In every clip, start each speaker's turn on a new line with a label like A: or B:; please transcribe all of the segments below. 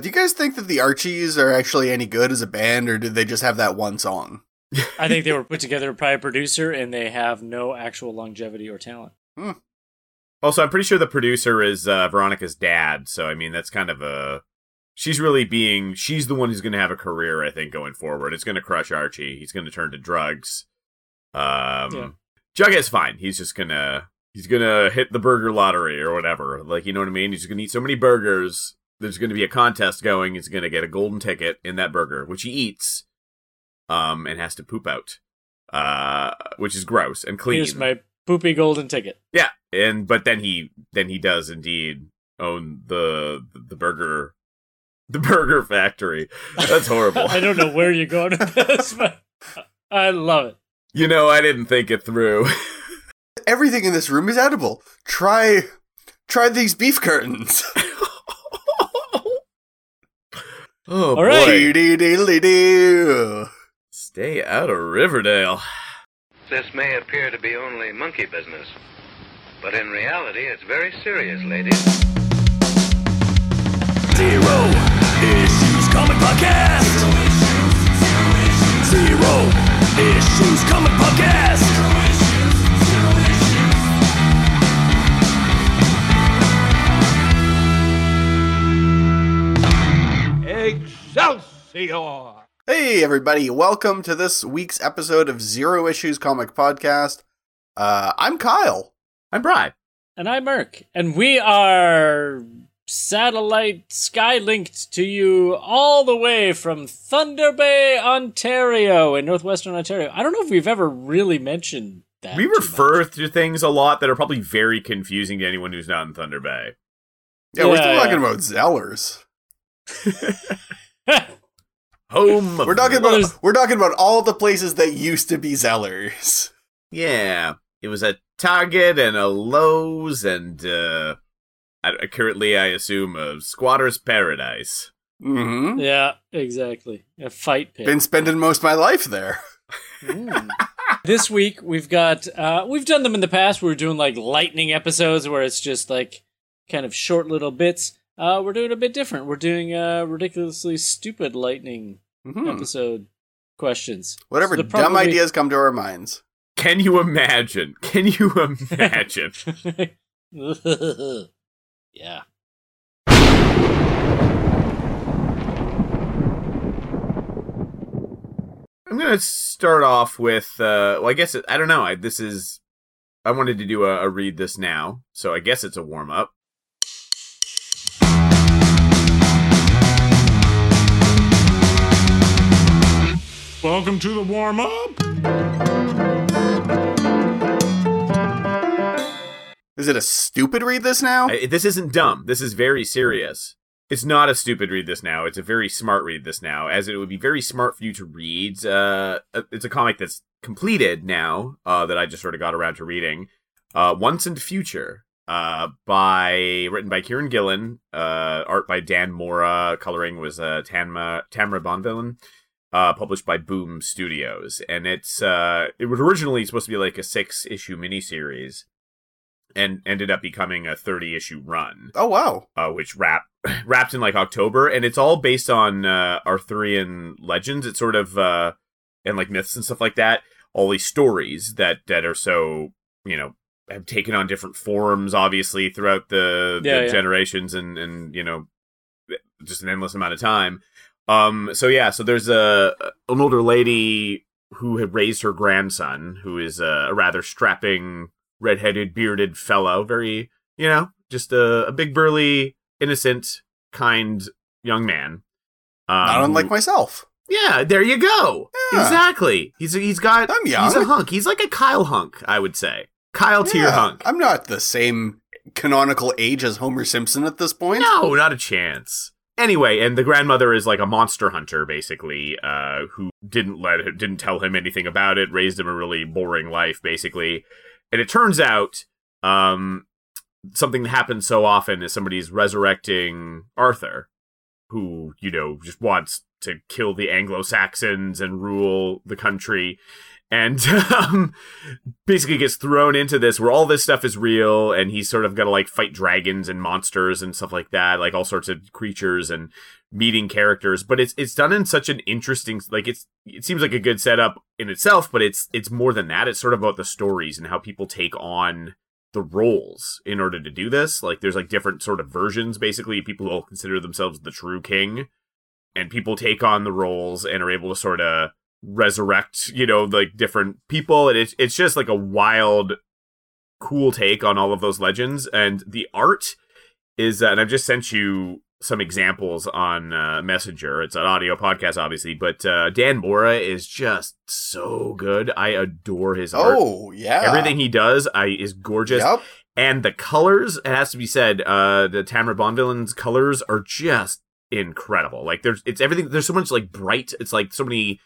A: Do you guys think that the Archies are actually any good as a band, or did they just have that one song?
B: I think they were put together by a producer and they have no actual longevity or talent.
C: Also, I'm pretty sure the producer is uh, Veronica's dad, so I mean that's kind of a she's really being she's the one who's going to have a career, I think, going forward. It's going to crush Archie. He's going to turn to drugs. Um,
B: Yeah.
C: Jughead's fine. He's just gonna he's gonna hit the burger lottery or whatever. Like you know what I mean? He's gonna eat so many burgers. There's gonna be a contest going. He's gonna get a golden ticket in that burger, which he eats, um, and has to poop out, uh, which is gross and clean.
B: Here's my poopy golden ticket.
C: Yeah, and but then he then he does indeed own the the burger the burger factory. That's horrible.
B: I don't know where you're going with this, but I love it.
C: you know, I didn't think it through.
A: Everything in this room is edible. Try, try these beef curtains.
C: oh
B: All right.
C: boy.
A: Dee-dee-dee-dee-doo.
C: Stay out of Riverdale.
D: This may appear to be only monkey business, but in reality, it's very serious, ladies.
E: Zero Issues Comic Podcast. Zero Issues Comic Podcast.
A: Hey, everybody, welcome to this week's episode of Zero Issues Comic Podcast. Uh, I'm Kyle.
C: I'm Bry.
B: And I'm Merc, and we are satellite sky linked to you all the way from Thunder Bay, Ontario, in northwestern Ontario. I don't know if we've ever really mentioned that.
C: We
B: too much.
C: refer to things a lot that are probably very confusing to anyone who's not in Thunder Bay.
A: Yeah, we're still
B: Yeah,
A: talking
B: yeah.
A: about Zellers.
C: Home. of-
A: We're talking
B: Well,
A: about
B: there's-
A: we're talking about all the places that used to be Zellers.
C: Yeah, it was a Target and a Lowe's and uh, I, currently, I assume, a Squatter's Paradise.
A: Mm-hmm.
B: yeah, exactly. A fight pit.
A: Been spending most of my life there.
B: Mm. this week we've got uh, we've done them in the past. We were doing like lightning episodes where it's just like kind of short little bits. Uh, we're doing a bit different. We're doing uh, ridiculously stupid lightning
A: Mhm.
B: episode questions.
A: Whatever
B: So the
A: dumb
B: probably-
A: ideas come to our minds.
C: Can you imagine? Can you imagine?
B: yeah.
C: I'm gonna start off with. Uh, well, I guess it, I don't know. I, this is. I wanted to do a, a read this now, so I guess it's a warm up.
E: Welcome to the warm up.
A: Is it a stupid read this now?
C: I, this isn't dumb. This is very serious. It's not a stupid read this now. It's a very smart read this now, as it would be very smart for you to read. Uh, it's a comic that's completed now uh, that I just sort of got around to reading. Uh, Once and Future, uh, by written by Kieran Gillen, uh, art by Dan Mora, coloring was uh, Tanma Tamra Bonvillain. Uh, published by Boom Studios, and it's uh, it was originally supposed to be like a six issue miniseries, and ended up becoming a 30 issue run
A: oh wow.
C: uh, which wrap wrapped in like october and it's all based on uh, arthurian legends it's sort of uh, and like myths and stuff like that all these stories that that are so you know have taken on different forms obviously throughout the,
B: Yeah,
C: the
B: yeah.
C: generations and and you know just an endless amount of time um so yeah so there's a an older lady who had raised her grandson who is a, a rather strapping red-headed bearded fellow very you know just a, a big burly innocent kind young man um,
A: Not unlike myself.
C: yeah, there you go.
A: Yeah.
C: Exactly. He's he's got
A: I'm
C: he's a
A: young.
C: hunk. He's like a Kyle hunk, I would say. Kyle tier
A: Yeah,
C: hunk.
A: I'm not the same canonical age as Homer Simpson at this point.
C: No, not a chance. Anyway, and the grandmother is like a monster hunter, basically, uh, who didn't let him, didn't tell him anything about it, raised him a really boring life, basically. And it turns out, um, something that happens so often is somebody's resurrecting Arthur, who you know just wants to kill the Anglo Saxons and rule the country, and um, basically gets thrown into this where all this stuff is real and he's sort of got to like fight dragons and monsters and stuff like that like all sorts of creatures and meeting characters but it's it's done in such an interesting like it's it seems like a good setup in itself but it's it's more than that it's sort of about the stories and how people take on the roles in order to do this like there's like different sort of versions basically people who all consider themselves the true king and people take on the roles and are able to sort of resurrect, you know, like different people. And it's it's just like a wild, cool take on all of those legends. And the art is, uh, and I've just sent you some examples on uh, Messenger. It's an audio podcast, obviously, but uh, Dan Mora is just so good. I adore his art.
A: Oh yeah,
C: Everything he does, I is gorgeous.
A: Yep.
C: And the colors, it has to be said, uh, the Tamara Bonvillain's colors are just incredible. Like there's, it's everything. There's so much like bright. It's like so many,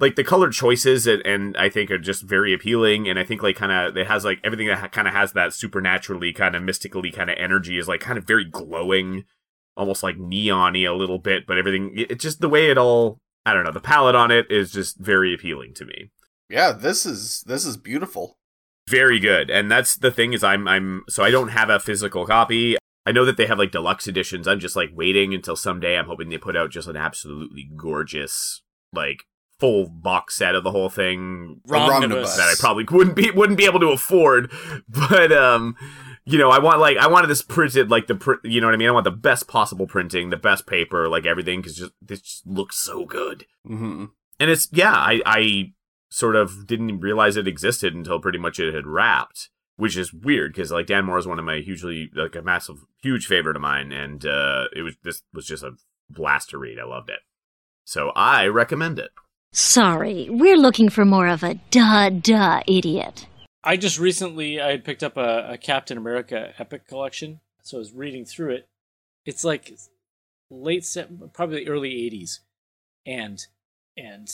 C: like the color choices, and, and I think are just very appealing. And I think like kind of it has like everything that ha- kind of has that supernaturally kind of mystically kind of energy is like kind of very glowing, almost like neon-y a little bit. But everything, it, it just the way it all. I don't know. The palette on it is just very appealing to me.
A: Yeah, this is this is beautiful.
C: Very good. And that's the thing is I'm I'm so I don't have a physical copy. I know that they have like deluxe editions. I'm just like waiting until someday I'm hoping they put out just an absolutely gorgeous like full box set of the whole thing
A: Romnibus.
C: that I probably wouldn't be wouldn't be able to afford. But um you know, I want like I wanted this printed like the print, you know what I mean? I want the best possible printing, the best paper, like everything cuz just this just looks so good
A: Mm-hmm.
C: and it's yeah i i sort of didn't realize it existed until pretty much it had wrapped which is weird because like dan moore is one of my hugely like a massive huge favorite of mine and uh it was this was just a blast to read i loved it so i recommend it
F: Sorry, we're looking for more of a duh duh idiot.
B: I just recently I had picked up a, a Captain America Epic Collection, so I was reading through it. It's like late se- probably early '80s, and and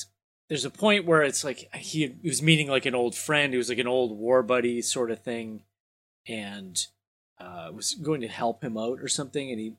B: there's a point where it's like he, he was meeting like an old friend, he was like an old war buddy sort of thing, and uh, was going to help him out or something, and he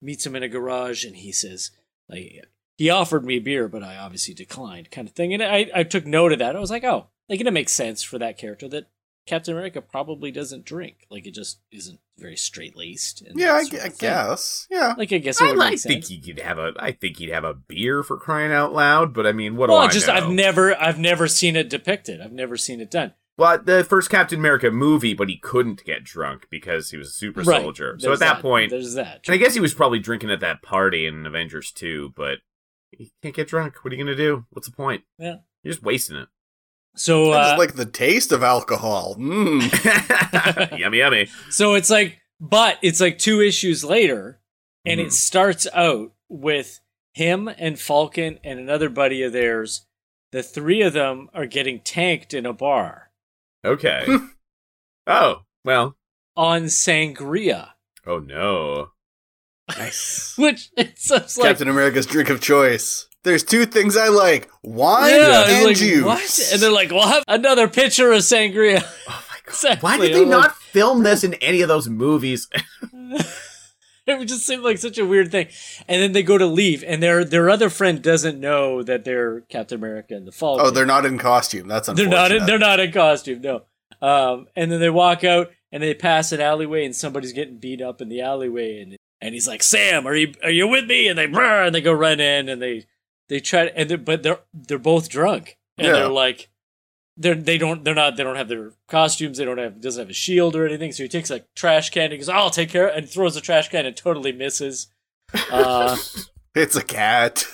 B: meets him in a garage, and he says like he offered me beer, but I obviously declined, kind of thing. And I, I took note of that. I was like, oh, like it makes sense for that character that Captain America probably doesn't drink. Like it just isn't very straight laced.
A: Yeah, I, gu- I guess. Yeah.
B: Like I guess it
C: I,
B: would
C: I
B: make
C: think
B: sense.
C: he could have a I think he'd have a beer for crying out loud, but I mean, what
B: Well,
C: do I
B: just
C: know?
B: I've never I've never seen it depicted. I've never seen it done.
C: Well, the first Captain America movie, but he couldn't get drunk because he was a super
B: Right.
C: soldier. So
B: There's
C: at that, point,
B: there's that.
C: And I guess he was probably drinking at that party in Avengers 2, but he can't get drunk. What are you going to do? What's the point?
B: Yeah.
C: You're just wasting it.
B: So
A: I
B: uh,
A: just like the taste of alcohol. Mm.
C: yummy, yummy.
B: So it's like, but it's like two issues later, and
C: Mhm.
B: it starts out with him and Falcon and another buddy of theirs. The three of them are getting tanked in a bar
C: Okay. oh, well.
B: on sangria,
C: Oh, no.
A: nice.
B: which it's just like,
A: Captain America's drink of choice. There's two things I like: wine
B: yeah, it's
A: and
B: like,
A: juice.
B: what? And they're like, we'll have another pitcher of sangria.
C: Oh, my God.
B: Exactly. Oh.
C: Why did they
B: I'm like-
C: not film this in any of those movies?
B: it would just seem like such a weird thing. And then they go to leave, and their their other friend doesn't know that they're Captain America and the Falcon.
A: oh, they're not in costume. That's
B: They're
A: unfortunate.
B: not. In, they're not in costume. No. Um, and then they walk out and they pass an alleyway and somebody's getting beat up in the alleyway and and he's like, "Sam, are you are you with me?" And they brr, and they go run in and they they try to, and they're, but they're they're both drunk and
A: Yeah.
B: they're like they're they don't they're not they don't have their costumes they don't have doesn't have a shield or anything so he takes a trash can and he goes I'll take care of it," and throws the trash can and totally misses. Uh,
A: It's a cat.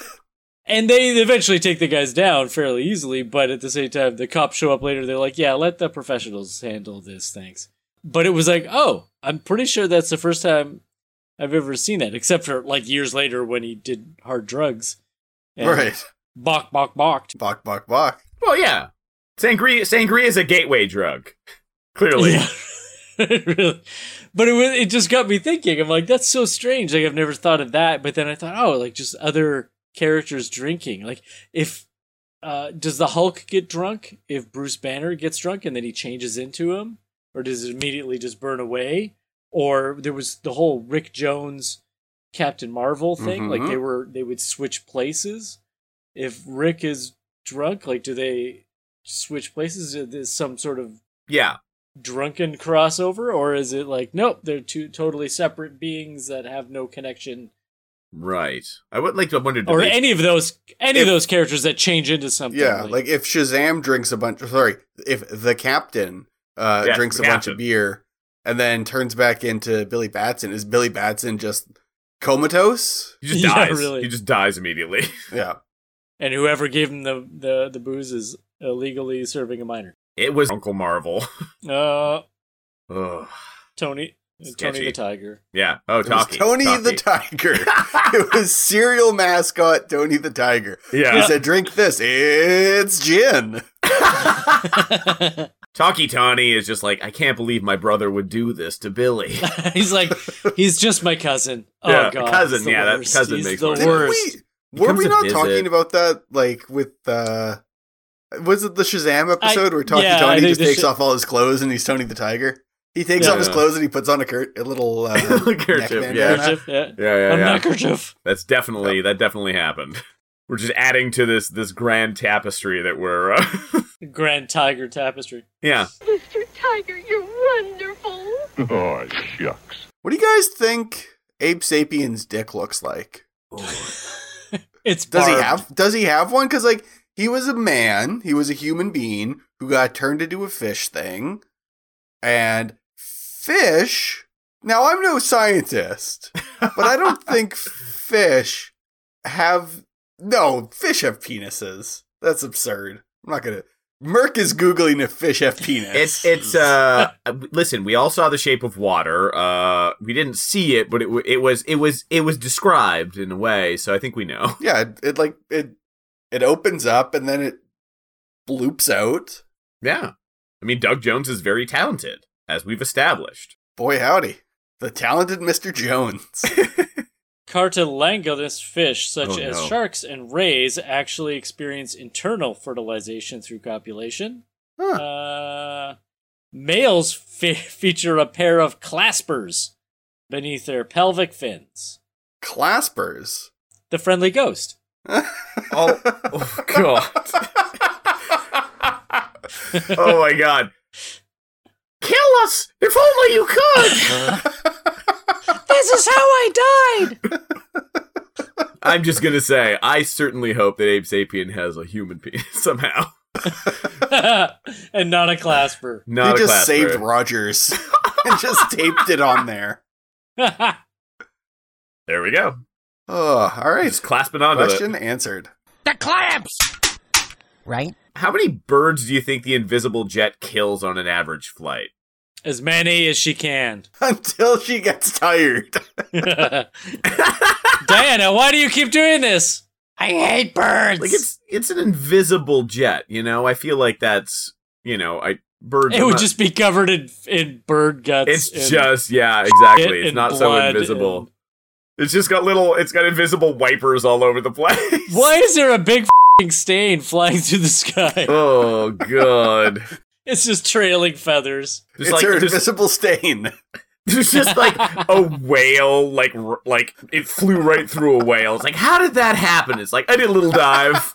B: and they eventually take the guys down fairly easily, but at the same time, the cops show up later. They're like, yeah, let the professionals handle this, thanks. But it was like, oh, I'm pretty sure that's the first time I've ever seen that, except for like years later when he did hard drugs. and
A: Right.
B: Bok, bok, balked.
A: Bok bok bok.
C: well, yeah. Sangria, sangria is a gateway drug. Clearly.
B: Yeah. really. But it, was, it just got me thinking. I'm like, that's so strange. Like, I've never thought of that. But then I thought, oh, like just other characters drinking. Like, if uh, does the Hulk get drunk if Bruce Banner gets drunk and then he changes into him, or does it immediately just burn away? Or there was the whole Rick Jones, Captain Marvel thing. Like
A: Mhm.
B: they were they would switch places. If Rick is drunk, like do they switch places? Is this some sort of
C: Yeah.
B: drunken crossover, or is it like nope, they're two totally separate beings that have no connection,
C: Right. I would like to have wondered.
B: or
C: did they-
B: any of those any
A: If-
B: of those characters that change into something?
A: Yeah, like if Shazam drinks a bunch. Sorry, if the captain uh,
C: Yeah,
A: drinks a
C: the
A: bunch
C: captain.
A: of beer and then turns back into Billy Batson, is Billy Batson just comatose?
C: he just
B: Yeah,
C: dies.
B: really.
C: He just dies immediately.
A: Yeah,
B: and whoever gave him the the the booze is illegally serving a minor.
C: it was Uncle Marvel.
B: Uh,
C: Ugh.
B: Tony, Tony
C: Sketchy.
B: the Tiger.
C: Yeah. Oh,
A: it was
C: Taki.
A: Tony
C: Taki.
A: the Tiger. it was serial mascot Tony the Tiger. He
C: yeah.
A: said, "Drink this. It's gin."
C: Taki Tani is just like, I can't believe my brother would do this to Billy.
B: he's like, he's just my cousin. Oh
C: Yeah,
B: god,
C: cousin,
B: he's the
C: yeah, that
B: worst.
C: cousin
B: he's
C: makes
B: the
C: more sense.
A: Didn't
B: worst.
A: we? Were
C: comes
A: we
C: to
A: not
C: visit.
A: talking about that? Like with uh was it the Shazam episode where Talkie
B: yeah, I
A: Tony
B: think
A: just
B: the
A: takes
B: Sh-
A: off all his clothes and he's Tony the Tiger? He takes
B: Yeah.
A: off his
C: Yeah.
A: clothes and he puts on a, cur- a little uh,
C: Kerchief,
A: neckband
C: yeah.
A: bandana.
B: Kerchief, yeah.
C: Yeah, yeah,
B: A
C: yeah.
B: neckerchief.
C: That's definitely that definitely happened. We're just adding to this this grand tapestry that we're. Uh,
B: Grand Tiger Tapestry.
C: yeah.
G: Mr. Tiger, you're wonderful.
E: Oh, shucks.
A: What do you guys think Ape Sapien's dick looks like?
B: It's
A: Does he
B: barbed.
A: have does he have one? Because like he was a man, he was a human being who got turned into a fish thing. And fish now I'm no scientist, but I don't think fish have no, fish have penises. That's absurd. I'm not gonna Merc is googling if fish have penis.
C: It's it's uh listen, we all saw the shape of water. Uh we didn't see it, but it w- it was it was it was described in a way, so I think we know.
A: yeah, it, it like it it opens up and then it bloops out.
C: Yeah. I mean, Doug Jones is very talented, as we've established.
A: Boy howdy. The talented Mr. Jones.
B: Cartilaginous fish, such
C: Oh,
B: as
C: no.
B: sharks and rays, actually experience internal fertilization through copulation.
A: Huh.
B: Uh, males fe- feature a pair of claspers beneath their pelvic fins.
A: claspers.
B: The friendly ghost.
C: Oh, oh god. oh my god. Kill us if only you could.
B: This is how I died.
C: I'm just going to say I certainly hope that Abe Sapien has a human penis somehow.
B: and not a clasper.
A: He
C: Not a
A: just
C: class
A: saved
C: bird.
A: Rogers and just taped it on there.
C: There we go.
A: Oh, all right.
C: Just clasping onto it.
A: Question answered.
H: right?
C: How many birds do you think the invisible jet kills on an average flight?
B: as many as she can.
A: Until she gets tired.
B: Diana, why do you keep doing this?
H: I hate birds.
C: Like it's it's an invisible jet, you know. I feel like that's you know I birds.
B: It
C: are
B: would
C: not-
B: just be covered in in bird guts.
C: it's
B: and
C: just yeah
B: shit
C: exactly. It's
B: and
C: not so
B: blood
C: invisible.
B: and-
C: It's just got little. It's got invisible wipers all over the place.
B: Why is there a big fing stain flying through the sky?
C: Oh god.
B: It's just trailing feathers.
C: Just
A: it's
C: like
A: her
C: just-
A: invisible stain.
C: There's just like a whale, like r- like it flew right through a whale. It's like, how did that happen? It's like I did a little dive.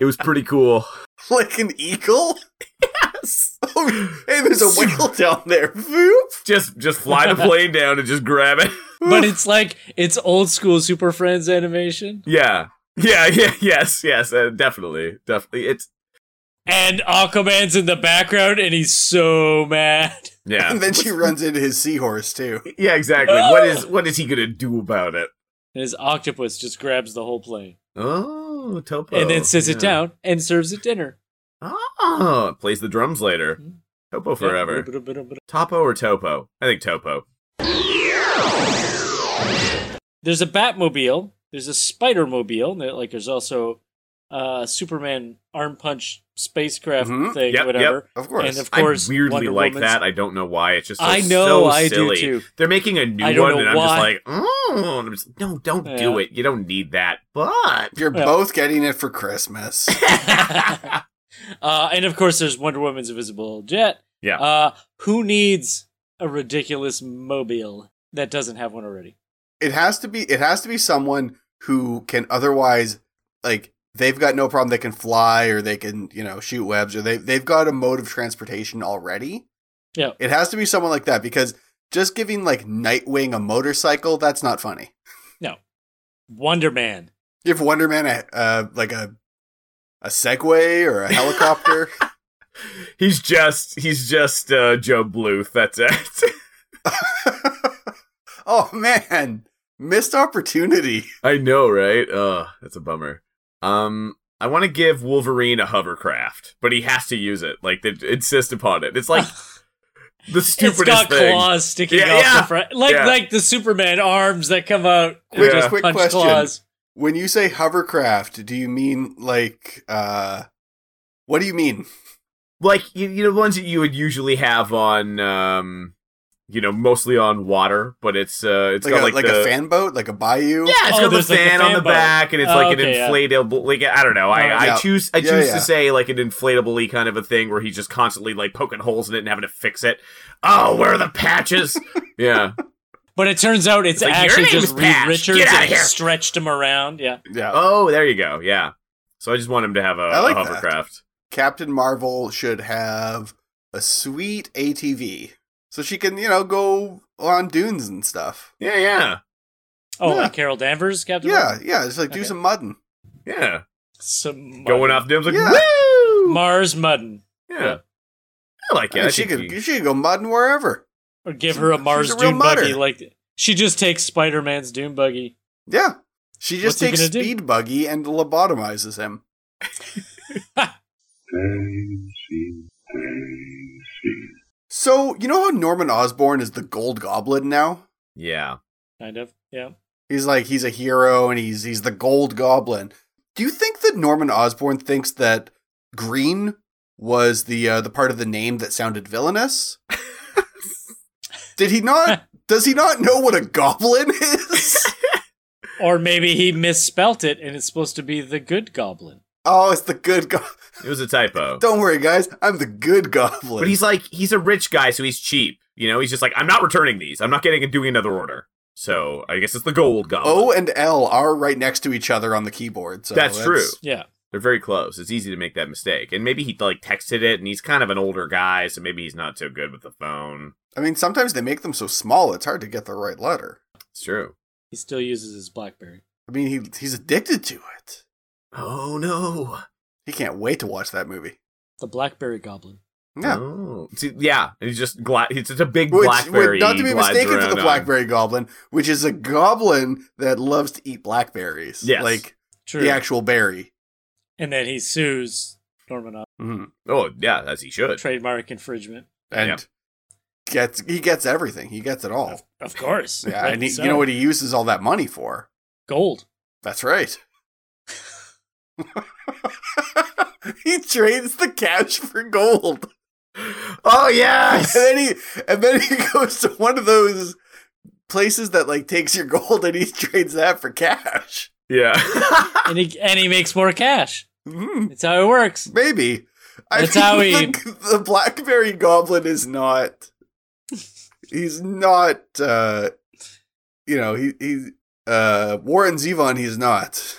C: it was pretty cool.
A: Like an eagle? Yes. Oh, hey, there's a whale down there. Voop.
C: Just just fly the plane down and just grab it.
B: But it's like it's old school Super Friends animation.
C: Yeah, yeah, yeah. Yes, yes, uh, definitely, definitely. It's
B: And Aquaman's in the background and he's so mad.
C: yeah,
A: And then she runs into his seahorse, too.
C: yeah, exactly. What is what is he gonna do about it?
B: And his octopus just grabs the whole plane.
C: Oh, Topo,
B: and then sits it
C: yeah.
B: down and serves it dinner.
C: Oh, plays the drums later. Topo forever. Topo or Topo? I think Topo.
B: There's a Batmobile. There's a Spider Mobile. Like there's also a Superman arm punch spacecraft
A: Mhm.
B: thing,
C: Mm-hmm. Yep,
B: whatever.
A: yep. Of course.
B: And of course,
C: I weirdly
B: Wonder
C: like
B: Woman's-
C: that. I don't know why. It's just so,
B: I know,
C: so
B: I do
C: silly.
B: too.
C: They're making a new
B: I don't
C: one,
B: know
C: and I'm
B: why.
C: just like, oh, and I'm just, no, don't do
B: Yeah.
C: it. You don't need that. But
A: You're
B: Yeah.
A: both getting it for Christmas.
B: uh, and of course, there's Wonder Woman's invisible jet.
C: Yeah.
B: Uh, who needs a ridiculous mobile that doesn't have one already?
A: it has to be it has to be someone who can otherwise like they've got no problem. They can fly or they can, you know, shoot webs or they, they've got a mode of transportation already.
B: Yeah.
A: It has to be someone like that because just giving like Nightwing a motorcycle, that's not funny.
B: Wonder Man.
A: Give Wonder Man a, uh, like a, a Segway or a helicopter.
C: He's just he's just uh, Joe Bluth. That's it.
A: oh man, missed opportunity.
C: I know, right? Ugh, that's a bummer. Um, I want to give Wolverine a hovercraft, but he has to use it. Like they insist upon it. It's like the stupidest
B: it's got
C: thing.
B: claws sticking
C: Yeah,
B: out
C: yeah.
B: the front, like
C: Yeah.
B: like the Superman arms that come out.
A: Quick,
C: Yeah.
A: quick
B: punch
A: question.
B: claws.
A: When you say hovercraft, do you mean like uh what do you mean?
C: Like you, you know, the ones that you would usually have on, um, you know, mostly on water, but it's uh, it's
A: Like
C: got
A: a,
C: like,
A: like
C: the,
A: a fan boat, like a bayou?
C: Yeah, it's
B: Oh,
C: got the
B: there's,
C: fan,
B: like, the
C: on
B: fan
C: the
B: boat.
C: back, and it's
B: Oh,
C: like
B: okay, yeah.
C: an inflatable. Like I don't know. I,
B: Oh,
C: I
A: Uh, yeah.
C: choose I
A: Yeah,
C: choose
A: yeah.
C: to say like an inflatable kind of a thing where he's just constantly like poking holes in it and having to fix it. Oh, where are the patches? yeah,
B: But it turns out it's,
C: It's like, your
B: actually
C: name is
B: just Reed
C: Patch.
B: Richards
C: Get outta
B: and it
C: here.
B: stretched him around. Yeah.
A: Yeah.
C: Oh, there you go. Yeah. So I just want him to have a,
A: I like
C: a
A: that.
C: hovercraft.
A: Captain Marvel should have a sweet ATV. So she can, you know, go on dunes and stuff.
C: Yeah, yeah,
B: Oh,
A: Yeah.
B: like Carol Danvers, Captain.
A: Yeah,
B: Marvel?
A: yeah. Just like do
B: Okay.
A: some mudding.
C: yeah.
B: Some
C: Going
B: Mudden.
C: off dibs like
A: Yeah.
C: woo.
B: Mars Mudden,
C: yeah. I like it.
A: Yeah,
C: I
A: she
C: think
A: could
C: he-
A: she could go mudding wherever.
B: or give her a
A: She's a
B: Mars
A: real
B: Dune buggy.
A: mudder.
B: Like she just takes Spider Man's Dune buggy.
A: Yeah. She just
B: What's he
A: takes
B: gonna do?
A: speed buggy and lobotomizes him.
E: Daisy, Daisy.
A: So you know how Norman Osborn is the Gold Goblin now?
C: yeah.
B: Kind of. Yeah.
A: He's like he's a hero and he's he's the Gold Goblin. Do you think that Norman Osborn thinks that green was the uh, the part of the name that sounded villainous? Did he not? Does he not know what a goblin is?
B: Or maybe he misspelt it and it's supposed to be the good goblin.
A: oh, it's the good go-
C: It was a typo.
A: Don't worry, guys. I'm the good goblin.
C: but he's like he's a rich guy, so he's cheap. You know, he's just like I'm not returning these. I'm not getting and doing another order. So I guess it's the gold goblin.
A: O Oh, and L are right next to each other on the keyboard. So
C: That's true.
B: Yeah.
C: They're very close. It's easy to make that mistake. And maybe he like texted it, and he's kind of an older guy, so maybe he's not so good with the phone.
A: I mean, sometimes they make them so small it's hard to get the right letter.
C: It's true.
B: He still uses his Blackberry.
A: I mean, he he's addicted to it.
C: Oh no.
A: He can't wait to watch that movie.
B: The Blackberry Goblin.
A: Yeah.
C: Oh. See, yeah. He's just gla- it's just a big
A: Which,
C: blackberry.
A: which- not to
C: he
A: be
C: glides
A: mistaken for
C: around
A: the
C: on.
A: blackberry goblin, which is a goblin that loves to eat blackberries.
C: Yes.
A: Like
B: True.
A: the actual berry.
B: and then he sues Norman on
A: Mhm.
C: Oh yeah, as he should.
B: trademark infringement.
A: And
C: Yeah.
A: gets he gets everything. He gets it all.
B: Of, of course.
A: Yeah,
B: Like,
A: and he,
B: so-
A: you know what he uses all that money for?
B: Gold.
A: That's right. he trades the cash for gold.
C: Oh
A: And
C: yes.
A: then he and then he goes to one of those places that like takes your gold and he trades that for cash.
C: yeah.
B: And he and he makes more cash.
A: Mhm.
B: That's how it works.
A: Maybe.
B: That's how he-
A: The, the Blackberry Goblin is not. He's not. uh You know, he he uh Warren Zevon. He's not.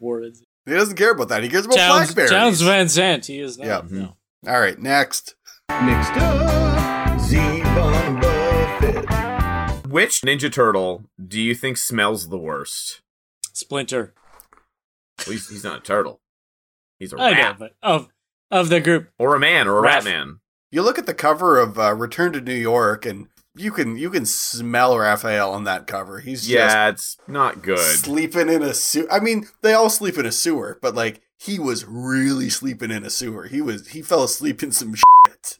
B: Words.
A: He doesn't care about that. He cares about
B: Towns,
A: blackberries.
B: Towns Van Zandt. He is not.
A: Yeah.
B: No.
A: All right, next.
E: Mixed up, Zevon Buffett.
C: Which Ninja Turtle do you think smells the worst?
B: Splinter.
C: Well, he's, he's not a turtle. He's a
B: I know,
C: rat,
B: but of of the group.
C: or a man, or a rat
B: Raph.
C: man.
A: You look at the cover of uh, Return to New York, and you can you can smell Raphael on that cover. He's
C: Yeah, it's not good.
A: just sleeping in a sewer. I mean, they all sleep in a sewer, but like he was really sleeping in a sewer. He was he fell asleep in some shit.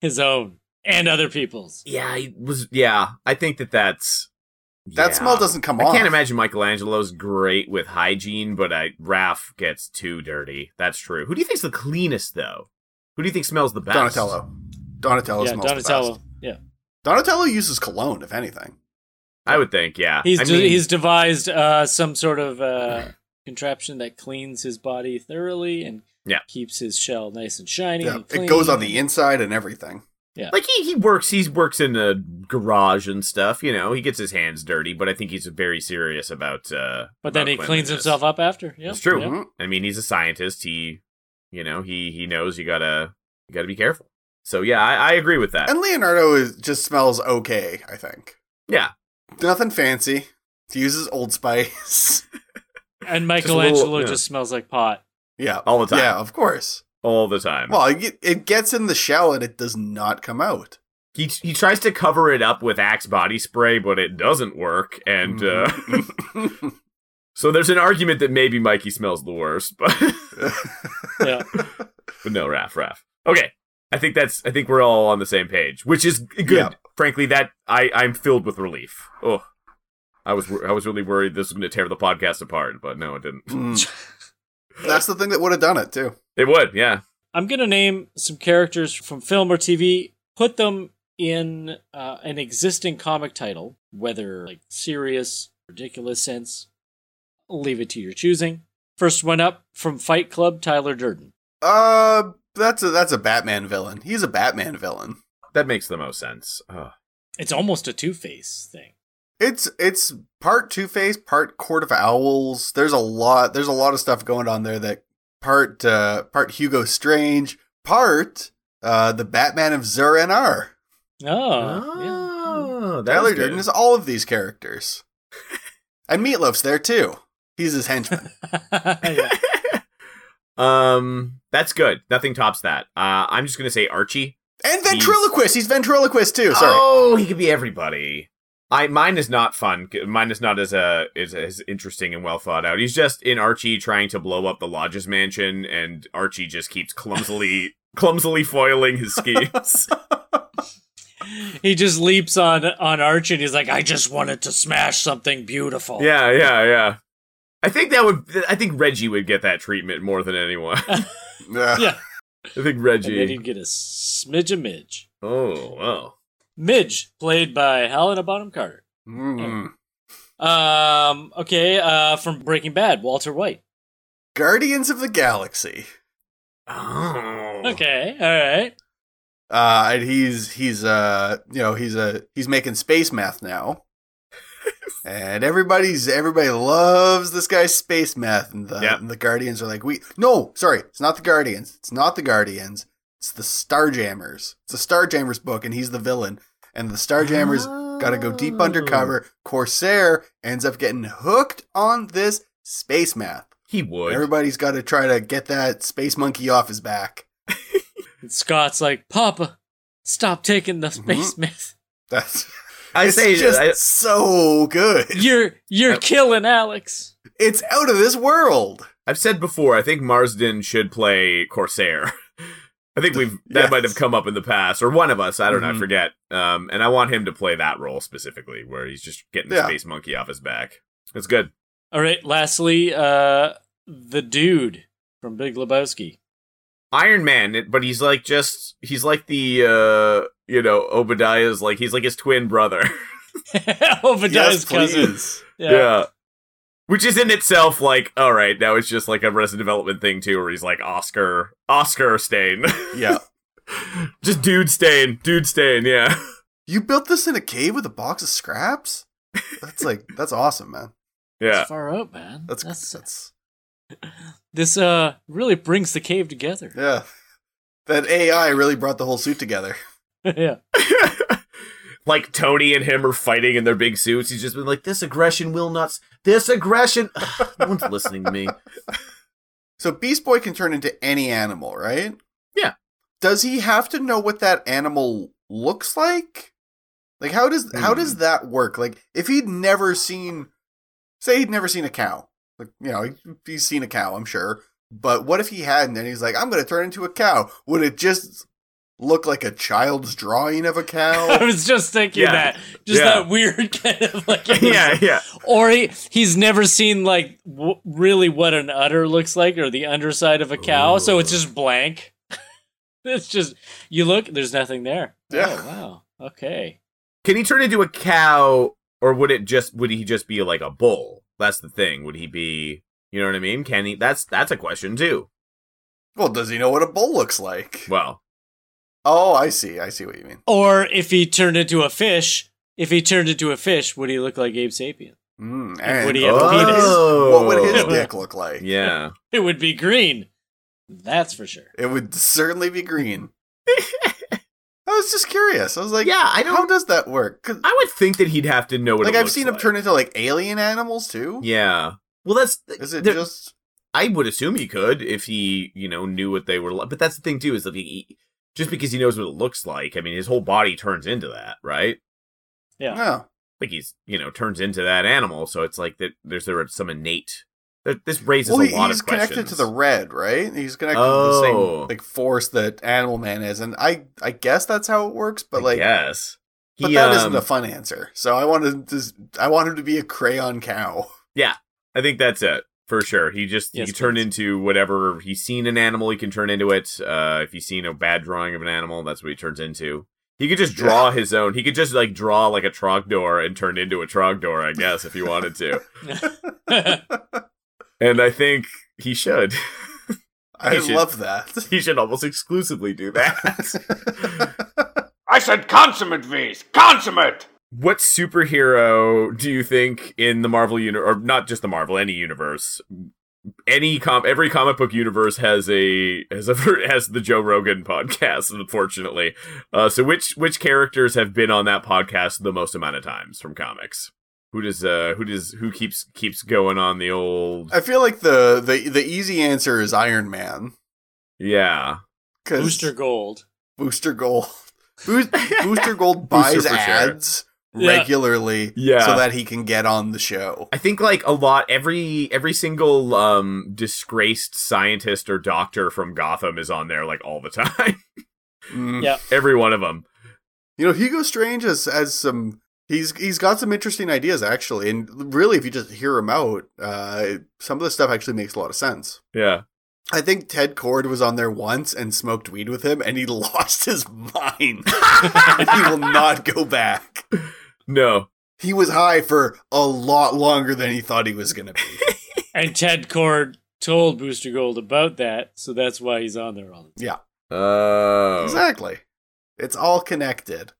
B: His own. And other people's.
C: yeah, he was. Yeah, I think that that's
A: That
C: yeah.
A: smell doesn't come
C: I
A: off.
C: can't imagine Michelangelo's great with hygiene, but I Raph gets too dirty. That's true. Who do you think's the cleanest though? Who do you think smells the best?
A: Donatello. Donatello
B: yeah,
A: smells the
B: Donatello.
A: best.
B: Yeah.
A: Donatello uses cologne, if anything.
C: I would think, yeah.
B: He's
C: I
B: de-
C: mean,
B: he's devised uh, some sort of uh, contraption that cleans his body thoroughly and
C: Yeah.
B: keeps his shell nice and shiny.
A: Yeah,
B: and
A: it
B: clean.
A: goes on the inside and everything.
C: Like he, he works he works in a garage and stuff, you know, he gets his hands dirty, but I think he's very serious about uh
B: But then
C: about
B: he cleans
C: cleanliness.
B: himself up after. Yep.
C: It's true.
B: yep.
A: Mhm.
C: I mean he's a scientist, he you know, he he knows you gotta you gotta be careful. So yeah, I, I agree with that.
A: And Leonardo is just smells okay, I think.
C: yeah.
A: Nothing fancy. He uses Old Spice.
B: And
C: Mm-hmm. Just a little-
B: Michelangelo just,
C: yeah.
B: smells like pot.
A: yeah.
C: All the time.
A: Yeah, of course.
C: All the time.
A: Well, it get- it gets in the shell and it does not come out.
C: he he tries to cover it up with axe body spray, but it doesn't work. And
A: Mm-hmm.
C: uh, so there's an argument that maybe Mikey smells the worst, but
B: Yeah.
C: but no, Raph, Raph. Okay, I think that's I think we're all on the same page, which is good.
A: Yeah.
C: Frankly, that I I'm filled with relief. Oh, I was wor- I was really worried this was going to tear the podcast apart, but no, it didn't.
A: Mm. That's the thing that would have done it too.
C: It would, yeah.
B: I'm gonna name some characters from film or TV. Put them in uh, an existing comic title, whether like serious, ridiculous sense. Leave it to your choosing. First one up from Fight Club, Tyler Durden.
A: Uh, that's a that's a Batman villain. He's a Batman villain.
C: That makes the most sense. Oh.
B: It's almost a Two Face thing.
A: It's it's part Two Face, part Court of Owls. There's a lot. There's a lot of stuff going on there. That part uh, part Hugo Strange, part uh, the Batman of Zur and R.
B: Oh,
C: Oh, Uh, that
A: Tyler
C: was good.
A: Durden is all of these characters, and Meatloaf's there too. He's his henchman.
C: Ah.
B: yeah. Yeah.
C: Um, that's good. Nothing tops that. Uh, I'm just gonna say Archie.
A: And ventriloquist. He's ventriloquist too. Sorry.
C: Oh, he could be everybody. I mine is not fun. Mine is not as uh as, as interesting and well thought out. He's just in Archie trying to blow up the Lodge's mansion, and Archie just keeps clumsily clumsily foiling his schemes.
B: He just leaps on on Arch and he's like, "I just wanted to smash something beautiful."
C: yeah, yeah, yeah. I think that would. I think Reggie would get that treatment more than anyone. I
A: Yeah.
B: yeah.
C: think
B: And then he'd
C: Reggie.
B: get a smidge of midge.
C: Oh wow.
B: Midge, played by Helena Bonham Carter.
A: Mm.
B: Um, okay, uh, from Breaking Bad, Walter White.
A: Guardians of the Galaxy.
C: Oh.
B: Okay, all right.
A: Uh, and he's he's uh you know he's a he's making space math now, and everybody's everybody loves this guy's space math, and the
C: Yeah.
A: and the Guardians are like we no sorry it's not the Guardians it's not the Guardians it's the Starjammers it's a Starjammers book and he's the villain and the Starjammers got to go deep undercover Corsair ends up getting hooked on this space math
C: He would.
A: everybody's got to try to get that space monkey off his back
B: And Scott's like, Papa, stop taking the
C: Mm-hmm.
B: space myth.
A: that's.
C: I
A: it's
C: say
A: just
C: I-
A: so good.
B: You're you're killing Alex.
A: It's out of this world.
C: I've said before, I think Marsden should play Corsair. I think we've that
A: Yes.
C: might have come up in the past, or one of us, I don't know,
A: Mhm.
C: I forget. Um, and I want him to play that role specifically, where he's just getting the
A: Yeah.
C: space monkey off his back. That's good.
B: All right, lastly, uh, the dude from Big Lebowski.
C: Iron Man, it- but he's like just he's like the uh you know, Obadiah's like he's like his twin brother.
B: Obadiah's cousin.
A: please.
B: Yeah.
C: Which is in itself like, all right, now it's just like a Resident Development thing too, where he's like Oscar Oscar Stain.
A: Yeah.
C: just dude Stain. Dude Stain, yeah.
A: You built this in a cave with a box of scraps? That's like that's awesome, man.
C: Yeah.
B: That's far out, man.
A: That's
B: That's-
A: that's,
B: this uh really brings the cave together.
A: yeah. That AI really brought the whole suit together.
B: yeah.
C: like Tony and him are fighting in their big suits. He's just been like, "This aggression will not. s- This aggression. no one's listening to me."
A: So Beast Boy can turn into any animal, right?
C: Yeah.
A: Does he have to know what that animal looks like? Like how does how
C: Hmm.
A: does that work? Like if he'd never seen say he'd never seen a cow. Like, you know, he, he's seen a cow, I'm sure. But what if he hadn't and he's like, I'm gonna turn into a cow? Would it just look like a child's drawing of a
B: I
A: cow?
B: was just thinking
C: Yeah.
B: that. Just
C: Yeah.
B: that weird kind of like
C: yeah, yeah.
B: Or he, he's never seen like w- really what an udder looks like or the underside of a cow, so it's just blank. it's just you look, there's nothing there.
A: Yeah.
B: Oh wow. Okay.
C: Can he turn into a cow, or would it just? Would he just be like a bull? That's the thing. Would he be? You know what I mean? Can he? That's that's a question too.
A: well, does he know what a bull looks like?
C: Well,
A: Oh, I see. I see what you mean.
B: Or if he turned into a fish, if he turned into a fish, would he look like Abe Sapien?
A: Mm,
B: would he
A: what,
B: have a
A: would
B: penis?
A: his- what would his
B: Oh.
A: dick look like?
C: Yeah.
B: It would be green. That's for sure.
A: It would certainly be green. I was just curious. I was like,
C: Yeah, I
A: how
C: don't-
A: does that work? 'Cause,
C: I would think that he'd have to know what.
A: like
C: it
A: I've
C: looks
A: seen him
C: like.
A: turn into like alien animals too.
C: Yeah. Well, that's.
A: Is it
C: there-
A: just
C: I would assume he could if he, you know, knew what they were like. But that's the thing too is that he, just because he knows what it looks like, I mean, his whole body turns into that, right?
B: Yeah.
A: no?
C: Like he's, you know, turns into that animal. So it's like that. There's there some innate. There, this raises
A: Well,
C: a
A: he,
C: lot
A: he's
C: of questions.
A: connected to the red, right? He's connected to the
C: Oh.
A: same like force that Animal Man is, and I I guess that's how it works. But
C: I
A: like,
C: guess.
A: but
C: He,
A: that
C: um,
A: not a fun answer. So I wanted to, I want him to be a crayon cow.
C: I think that's it for sure. He just
B: Yes,
C: he turned
B: please.
C: into whatever he's seen an animal, he can turn into it. Uh, if he's seen a bad drawing of an animal, that's what he turns into. He could just draw his own. He could just like draw like a trogdor and turn into a trogdor, I guess, if he wanted to. And I think he should.
A: I
C: should-
A: love that.
C: he should almost exclusively do that.
H: I said consummate, V's. Consummate!
C: what superhero do you think in the Marvel universe, or not just the Marvel, any universe, any com, every comic book universe has a has a has the Joe Rogan podcast, unfortunately. Uh, so which which characters have been on that podcast the most amount of times from comics? Who does uh who does who keeps keeps going on the old
A: I feel like the the the easy answer is Iron Man.
C: yeah
A: 'cause-
B: Booster Gold.
A: Booster Gold. Boos- Booster Gold buys
C: Booster for sure.
A: ads
B: Yeah.
A: regularly
C: Yeah.
A: so that he can get on the show.
C: I think like a lot every every single um disgraced scientist or doctor from Gotham is on there like all the time.
A: Mm.
B: Yeah.
C: every one of them.
A: You know, Hugo Strange has, has some he's he's got some interesting ideas actually and really if you just hear him out, uh some of the stuff actually makes a lot of sense.
C: Yeah.
A: I think Ted Cord was on there once and smoked weed with him and he lost his mind. and he will not go back.
C: No.
A: He was high for a lot longer than he thought he was going to be.
B: And Ted Cord told Booster Gold about that, so that's why he's on there all the time.
C: Oh.
A: Exactly. It's all connected.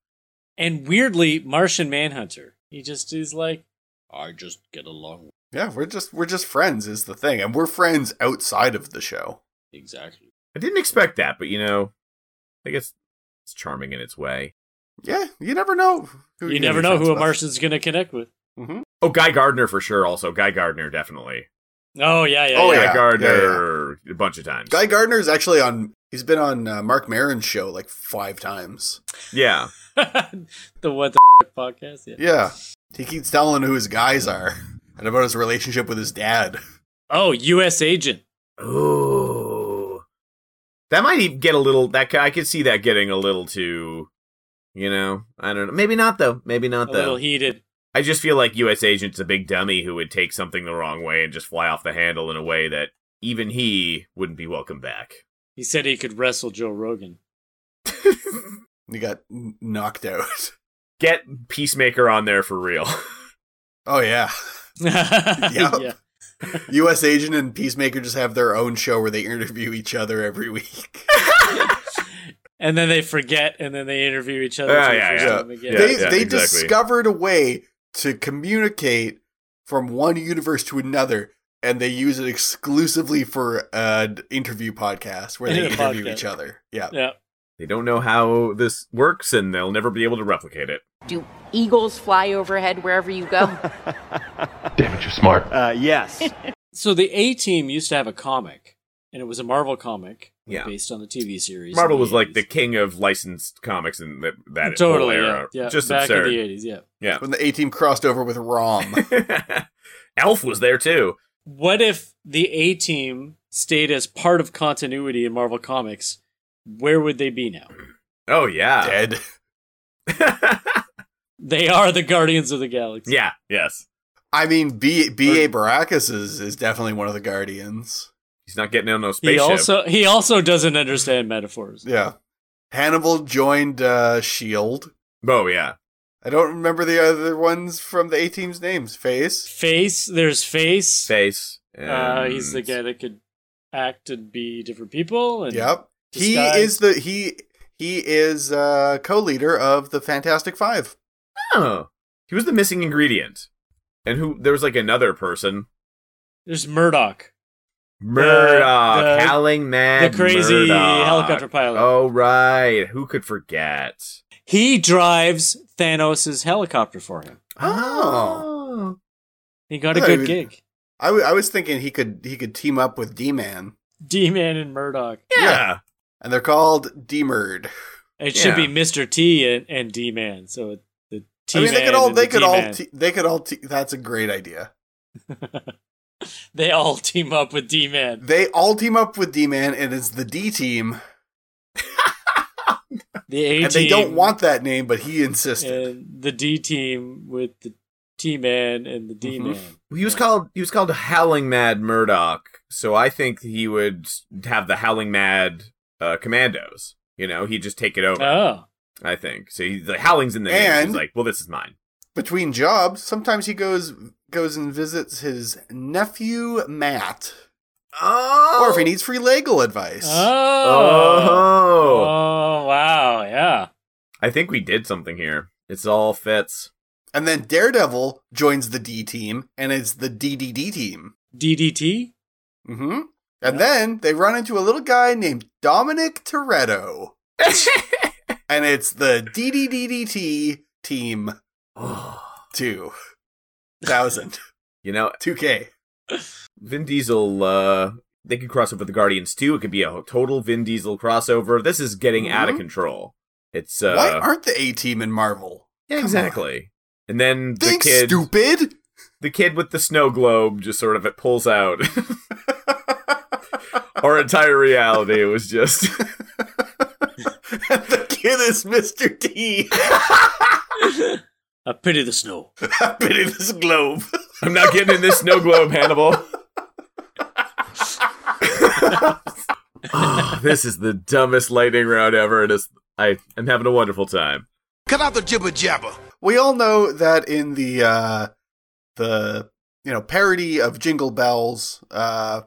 B: And weirdly, Martian Manhunter. He just is like, I just get along with
A: Yeah, we're just we're just friends is the thing, and we're friends outside of the show.
B: exactly.
C: I didn't expect that, but you know, I guess it's charming in its way.
A: Yeah, you never know. Who
B: You never know who a Martian's going to connect with.
A: Mm-hmm.
C: Oh, Guy Gardner for sure. Also, Guy Gardner definitely.
B: Oh, yeah, yeah,
A: Oh,
B: yeah.
A: yeah.
C: Guy Gardner a bunch of times.
A: Guy Gardner is actually on. He's been on uh, Mark Maron's show like five times.
C: yeah.
B: the What the F- podcast? Yeah.
A: Yeah, he keeps telling who his guys are and about his relationship with his dad.
B: Oh, U.S. Agent.
C: Oh. That might even get a little. That guy- I could see that getting a little too. You know, I don't know. Maybe not though. Maybe
B: A
C: not
B: little
C: though.
B: heated.
C: I just feel like U.S. Agent's a big dummy who would take something the wrong way and just fly off the handle in a way that even he wouldn't be welcome back.
B: He said he could wrestle Joe Rogan.
A: He got n- knocked out.
C: get Peacemaker on there for real.
A: Oh yeah,
B: yeah.
A: U.S. Agent and Peacemaker just have their own show where they interview each other every week.
B: And then they forget, and then they interview each other.
C: Ah,
B: for the
C: yeah,
B: first
A: yeah.
B: time again.
C: Yeah,
A: they
C: yeah,
A: they
C: exactly.
A: discovered a way to communicate from one universe to another, and they use it exclusively for an interview podcast where they
B: In a
A: interview
B: podcast.
A: each other. Yeah.
B: Yeah.
C: they don't know how this works and they'll never be able to replicate it.
I: Do eagles fly overhead wherever you go?
E: Damn it, you're smart.
J: Uh, yes.
B: So the A Team used to have a comic, and it was a Marvel comic
C: Yeah.
B: based on the TV series.
C: Marvel
B: in
C: was like
B: 80s.
C: the king of licensed comics in that, that
B: totally
C: whole
B: yeah,
C: era.
B: yeah
C: Just
B: back
C: absurd.
B: in the eighties. Yeah.
A: When the A team crossed over with Rom.
C: Elf was there too.
B: What if the A Team stayed as part of continuity in Marvel comics? Where would they be now?
C: Oh yeah.
A: dead.
B: They are the Guardians of the Galaxy.
C: yeah, yes.
A: I mean, B. B. A. Baracus is, is definitely one of the Guardians.
C: He's not getting on no
B: He
C: spaceship.
B: also he also doesn't understand metaphors.
A: Yeah. Hannibal joined uh, Shield.
C: oh yeah.
A: I don't remember the other ones from the A team's names. Face.
B: Face, there's face.
C: Face.
B: Uh,
C: and-
B: he's the guy that could act and be different people. And
A: Yep. He
B: disguise.
A: is the he He is uh, co-leader of the Fantastic Five.
C: Oh, he was the missing ingredient, and who there was like another person.
B: There's Murdoch.
C: Murdoch,
B: the-
C: howling mad,
B: the crazy
C: Murdoch.
B: helicopter pilot.
C: Oh right, who could forget?
B: He drives Thanos' helicopter for him.
A: Oh.
B: He got
A: I
B: a
A: thought
B: good
A: he would-
B: gig.
A: I, w- I was thinking he could he could team up with D Man,
B: D Man and Murdoch.
C: yeah.
A: and they're called Demurred.
B: It should
C: Yeah.
B: be Mr. T and, and D Man. So it- the T
A: I
B: Man.
A: mean, they could all they
B: the
A: could all
B: D-Man.
A: te- they could all te- that's a great idea.
B: they all team up with D Man.
A: They all team up with D Man, and it's the D Team,
B: The A team.
A: and they don't want that name, but he insisted.
B: and the D team with the T Man and the D
A: Mm-hmm.
B: Man.
C: He was called he was called Howling Mad Murdoch, so I think he would have the Howling Mad uh, Commandos. You know, he'd just take it over.
B: Oh.
C: I think so. He's like Howling's in the name.
A: And-
C: He's like, well, this is mine.
A: Between jobs, sometimes he goes goes and visits his nephew Matt,
C: Oh,
A: or if he needs free legal advice.
B: Oh. Oh,
C: Oh,
B: wow. Yeah.
C: I think we did something here. It's all fits.
A: And then Daredevil joins the D Team, and it's the DDD Team.
B: DDT?
A: hmm And then they run into a little guy named Dominic Toretto. and it's the DDDDT team
C: Oh,
A: 2000.
C: you know,
A: 2K.
C: Vin Diesel. Uh, they could cross over with the Guardians too. It could be a total Vin Diesel crossover. This is getting out of
A: Mhm.
C: control. It's uh,
A: Why aren't the A team in Marvel?
C: Yeah, exactly. And then the
A: Think
C: kid,
A: stupid.
C: the kid with the snow globe, just sort of it pulls out. Our entire reality was just
A: the kid is Mr. T.
B: I pity the snow.
A: Happy in this globe.
C: I'm not getting in this snow globe, Hannibal. oh, this is the dumbest lightning round ever, and it's, I am having a wonderful time.
J: Cut out the jibber jabber.
A: We all know that in the uh the you know parody of Jingle Bells, uh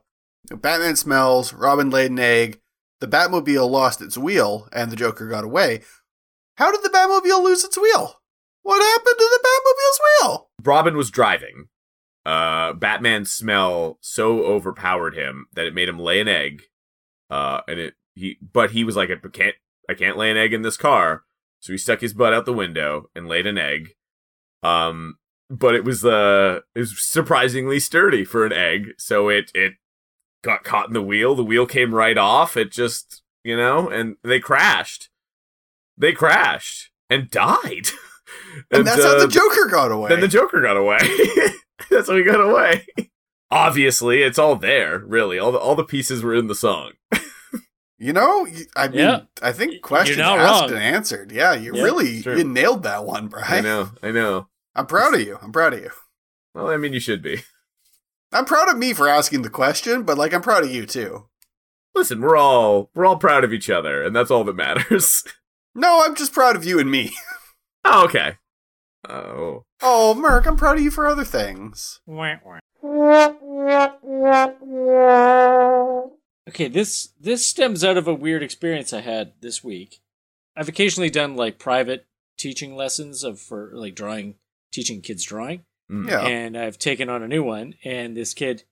A: Batman smells, Robin laid an egg, the Batmobile lost its wheel, and the Joker got away. How did the Batmobile lose its wheel? What happened to the Batmobile's wheel?
C: Robin was driving. Uh, Batman's smell so overpowered him that it made him lay an egg. Uh, and it he but he was like, I can't I can't lay an egg in this car. So he stuck his butt out the window and laid an egg. Um, but it was uh it was surprisingly sturdy for an egg. So it it got caught in the wheel. The wheel came right off. It just you know, and they crashed. They crashed and died.
A: And, that's how the
C: uh,
A: Joker got away.
C: then the Joker got away. That's how he got away. Obviously, it's all there, really. All the all the pieces were in the song.
A: you know, y- I mean,
B: Yeah.
A: I think questions
B: not
A: asked
B: wrong.
A: and answered. Yeah, you
B: Yeah,
A: really
C: true.
A: you nailed that one,
C: I
A: Brian.
C: know, I know.
A: I'm proud of you. I'm proud of you.
C: Well, I mean, you should be.
A: I'm proud of me for asking the question, but like I'm proud of you too.
C: Listen, we're all we're all proud of each other, and that's all that matters.
A: No, I'm just proud of you and me.
C: oh, okay. Oh,
A: Oh, Merc, I'm proud of you for other things.
B: Okay, this this stems out of a weird experience I had this week. I've occasionally done like private teaching lessons of for like drawing, teaching kids drawing.
C: Mm.
A: Yeah.
B: and I've taken on a new one. And this kid,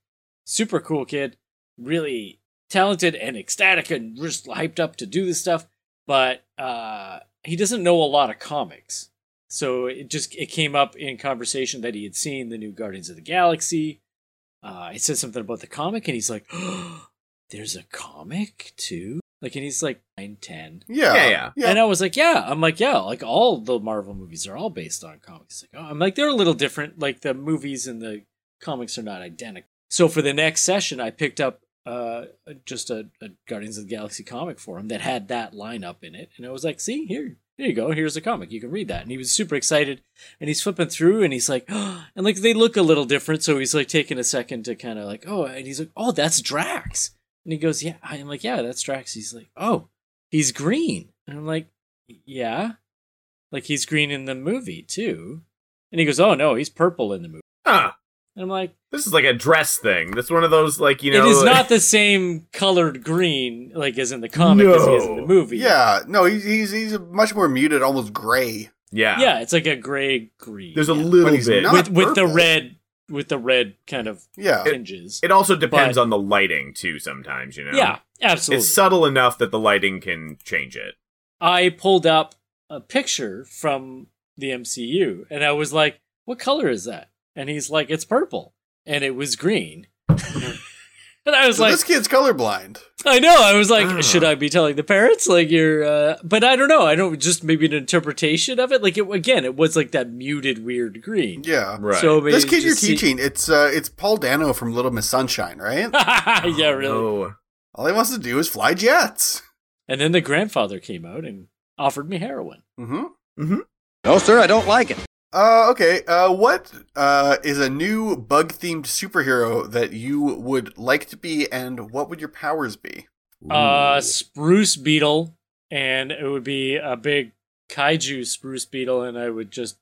B: super cool kid, really talented and ecstatic and just hyped up to do this stuff. But uh, he doesn't know a lot of comics, so it just it came up in conversation that he had seen the new Guardians of the Galaxy. Uh, I said something about the comic, and he's like, "There's a comic too." Like, and he's like nine, ten,
A: Yeah.
C: Yeah, yeah.
B: and I was like, yeah. I'm like, yeah. Like all the Marvel movies are all based on comics. Like, oh. I'm like, they're a little different. Like the movies and the comics are not identical. So for the next session, I picked up uh, just a, a Guardians of the Galaxy comic for him that had that lineup in it, and I was like, see here. There you go. Here's a comic. You can read that. And he was super excited. And he's flipping through and he's like, and like they look a little different. So he's like taking a second to kind of like, oh, and he's like, oh, that's Drax. And he goes, yeah. I'm like, yeah, that's Drax. He's like, oh, he's green. And I'm like, yeah. Like he's green in the movie too. And he goes, oh no, he's purple in the movie.
C: Huh.
B: And I'm like,
C: This is like a dress thing. That's one of those like you know.
B: it is not the same colored green like as in the comic as he is in the
C: No.
B: movie.
A: Yeah, no, he's he's, he's much more muted, almost gray.
C: yeah.
B: yeah, it's like a gray green
C: There's a
B: yeah.
C: little
A: But he's
C: bit.
A: not-
B: with with the
A: purple.
B: red with the red kind of
A: Yeah,
B: tinges.
C: It also depends
B: But-
C: on the lighting too. Sometimes you know.
B: yeah, absolutely.
C: It's subtle enough that the lighting can change it.
B: I pulled up a picture from the MCU and I was like, what color is that? And he's like, it's purple. And it was green. and I was
A: so
B: like,
A: this kid's colorblind.
B: I know. I was like,
C: Ah.
B: should I be telling the parents? Like, you're, uh, but I don't know. I don't, just maybe an interpretation of it. Like, it, again, it was like that muted, weird green.
C: Uh,
A: Yeah,
B: So maybe
A: this kid you're
B: just see-
A: teaching, it's uh, it's Paul Dano from Little Miss Sunshine, right?
B: yeah, really.
C: Oh,
A: All he wants to do is fly jets.
B: And then the grandfather came out and offered me heroin.
A: Mm-hmm.
J: No, sir, I don't like it.
A: Uh, okay. Uh, what uh, is a new bug themed superhero that you would like to be, and what would your powers be?
B: uh, spruce beetle, and it would be a big kaiju spruce beetle, and I would just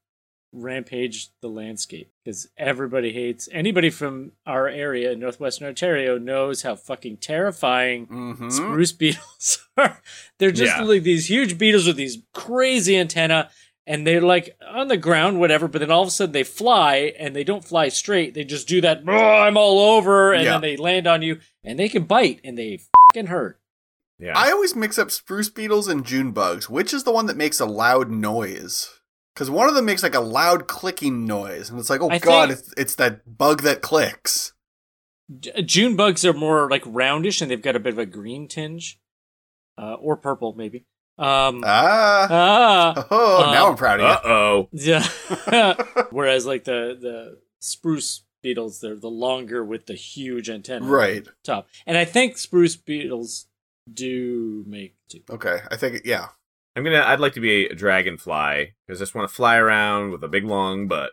B: rampage the landscape because everybody hates anybody from our area in northwestern Ontario knows how fucking terrifying
A: Mm-hmm.
B: spruce beetles are. They're just
C: Yeah.
B: like these huge beetles with these crazy antenna, and they're like on the ground, whatever. But then all of a sudden they fly, and they don't fly straight. They just do that. "Oh, I'm all over, and
A: Yeah.
B: then they land on you, and they can bite, and they fucking hurt.
C: yeah.
A: I always mix up spruce beetles and June bugs. Which is the one that makes a loud noise? Because one of them makes like a loud clicking noise, and it's like, oh
B: I
A: god,
B: think-
A: it's it's that bug that clicks.
B: J- June bugs are more like roundish, and they've got a bit of a green tinge, uh, or purple maybe. Um,
A: Ah,
B: ah,
A: oh, now
B: uh,
A: I'm proud of you.
C: Uh oh.
B: Yeah. Whereas like the the spruce beetles, they're the longer with the huge antenna
A: Right.
B: top. And I think spruce beetles do make two.
A: Okay. I think yeah.
C: I'm gonna. I'd like to be a dragonfly because I just want to fly around with a big long butt.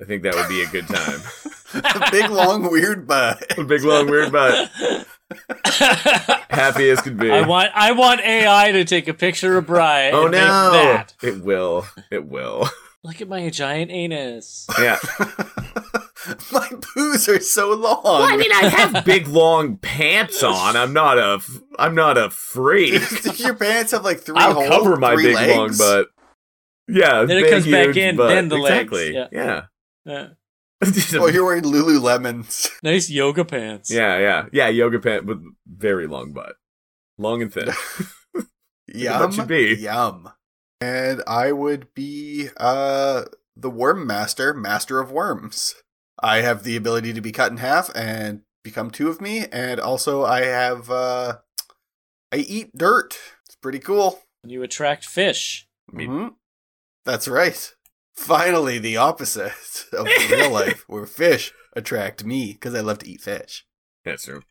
C: I think that would be a good time.
A: the big long weird bug.
C: a big long weird butt, happy as could be.
B: I want I want AI to take a picture of Brian.
C: oh
B: and make
C: no!
B: that.
C: It will. It will.
B: Look at my giant anus.
C: Yeah.
A: My poos are so long.
C: I mean, I have big long pants on. I'm not a. f- I'm not a freak.
A: If your pants have like 3
C: I'll
A: holes,
C: cover my
A: three
C: big long
A: legs.
C: butt. Yeah.
B: Then it
C: big,
B: comes back
C: huge
B: in,
C: butt.
B: then the legs.
C: exactly.
B: Yeah.
C: Yeah.
B: Uh,
A: Oh, you're wearing Lululemons.
B: nice yoga pants.
C: yeah. Yeah. Yeah. Yoga pant with very long butt, long and thin.
A: Yum.
C: should be.
A: Yum. And I would be uh the worm master, master of worms. I have the ability to be cut in half and become two of me, and also I have uh I eat dirt. It's pretty cool.
B: And you attract fish.
C: Me-
A: Mhm. That's right. Finally, the opposite of real life, where fish attract me because I love to eat fish.
C: That's true.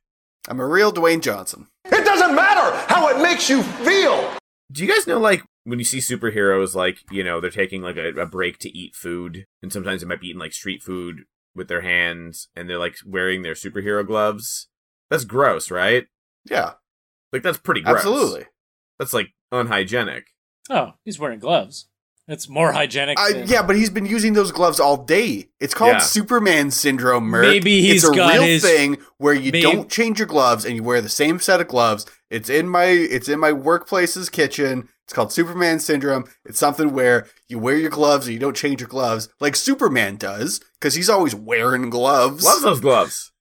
A: I'm a real Dwayne Johnson.
E: It doesn't matter how it makes you feel.
C: Do you guys know, like, when you see superheroes, like, you know, they're taking, like, a, a break to eat food, and sometimes they might be eating, like, street food with their hands, and they're, like, wearing their superhero gloves? That's gross, right?
A: Yeah,
C: Like, that's pretty gross.
A: absolutely.
C: That's, like, unhygienic.
B: Oh, he's wearing gloves. That's more hygienic.
A: I,
B: than-
A: yeah, but he's been using those gloves all day. It's called
C: Yeah.
A: Superman syndrome. Merc.
B: Maybe he's
A: it's a
B: got
A: real
B: his-
A: thing where you
B: May-
A: don't change your gloves and you wear the same set of gloves. It's in my it's in my workplace's kitchen. It's called Superman syndrome. It's something where you wear your gloves and you don't change your gloves like Superman does because he's always wearing gloves.
C: Love those gloves.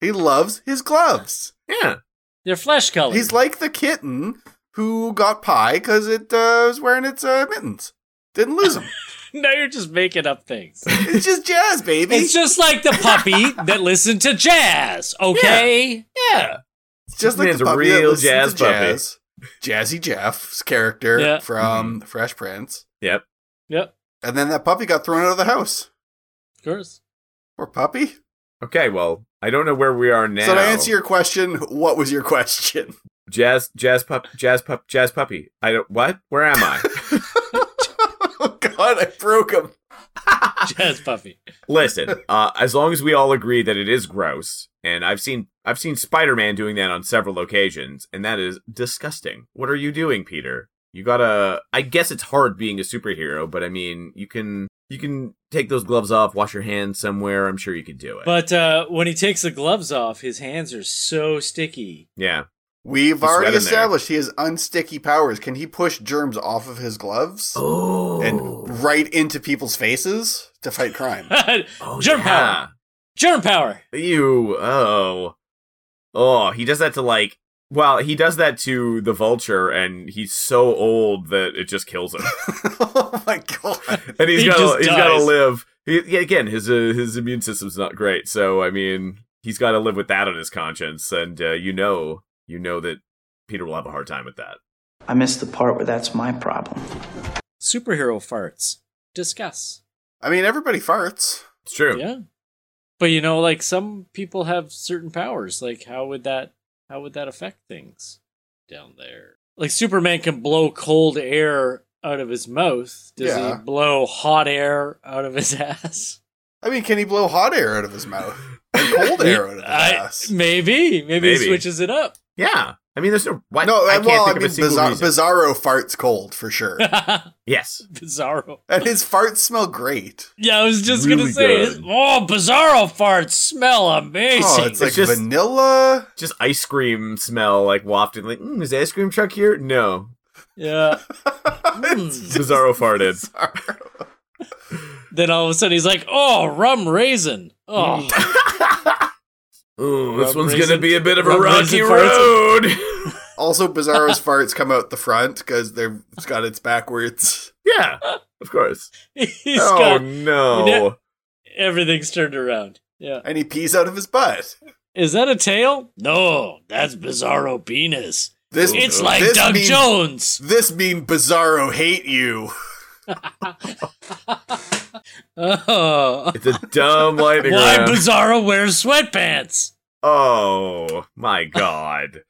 A: He loves his gloves.
C: Yeah.
B: They're flesh colored.
A: He's like the kitten who got pie because it uh, was wearing its uh, mittens. Didn't lose them.
B: now you're just making up things.
A: it's just jazz, baby.
B: It's just like the puppy that listened to jazz, okay?
C: Yeah.
A: It's just like
C: Man's
A: the
C: a
A: puppy that
C: real
A: listens to
C: jazz puppy.
A: jazz. Jazzy Jeff's character
B: Yeah.
C: Mm-hmm.
A: from Fresh Prince.
C: Yep.
B: Yep,
A: And then that puppy got thrown out of the house.
B: of course.
A: Poor puppy.
C: Okay, well, I don't know where we are now.
A: So to answer your question, what was your question?
C: Jazz, jazz pup, jazz pup, jazz puppy. I don't. What? Where am I?
A: oh god, I broke him.
B: Jazz puppy.
C: Listen, uh, as long as we all agree that it is gross, and I've seen I've seen Spider Man doing that on several occasions, and that is disgusting. What are you doing, Peter? You gotta. I guess it's hard being a superhero, but I mean, you can You can take those gloves off, wash your hands somewhere. I'm sure you could do it.
B: But uh, when he takes the gloves off, his hands are so sticky.
C: yeah,
A: We've
C: Just wet in
A: already
C: there.
A: established he has unsticky powers. Can he push germs off of his gloves
C: oh,
A: and right into people's faces to fight crime?
C: oh,
B: germ
C: yeah.
B: power. Germ power.
C: Ew. Oh. Oh, he does that to like. Well, he does that to the vulture, and he's so old that it just kills him.
A: oh my god!
C: And he's
B: He
C: got
B: just
C: to he's got to
B: dies.
C: live. He, yeah, again, his uh, his immune system's not great, so I mean, he's got to live with that on his conscience, and uh, you know, you know that Peter will have a hard time with that.
K: I missed the part where that's my problem.
B: Superhero farts. Discuss.
A: I mean, everybody farts.
C: It's true.
B: Yeah. But you know, like some people have certain powers. Like how would that how would that affect things down there? Like Superman can blow cold air out of his mouth. Does
A: Yeah.
B: he blow hot air out of his ass?
A: I mean, can he blow hot air out of his mouth and cold air out of his
B: I-
A: ass?
B: Maybe, maybe. he
C: Maybe.
B: switches it up.
C: Yeah. I mean, there's no. Why,
A: No,
C: I
A: I
C: can't
A: well, I
C: think
A: mean,
C: of a single
A: bizar-
C: reason.
A: Bizarro farts cold for sure,
C: yes.
B: Bizarro.
A: and his farts smell great.
B: Yeah, I was just gonna
C: Really
B: say
C: good.
B: oh Bizarro farts smell amazing.
A: Oh, it's like
C: just-
A: vanilla.
C: Just ice cream smell, like wafted. Like, mm, is the ice cream truck here? No.
B: yeah. Hmm.
A: It's just
C: Bizarro farted.
A: bizarro.
B: Then all of a sudden he's like, Oh, rum raisin. Oh,
A: Hmm.
C: Ooh, this
B: Rub
C: one's
B: raisin-
C: gonna be a bit of a
B: rub
C: rocky
B: raisin farts.
C: road.
A: Also, Bizarro's farts come out the front because they're it's got its backwards.
C: yeah, of course.
B: he's
C: oh
B: got
C: no,
B: Yeah. everything's turned around. Yeah.
A: and he pees out of his butt.
B: Is that a tail? No, that's Bizarro penis.
A: This
B: It's like
A: this
B: Doug
A: mean-
B: Jones.
A: This mean Bizarro hate you.
B: Oh.
C: it's a dumb lightning
B: Why
C: round.
B: Bizarro wears sweatpants?
C: oh my god,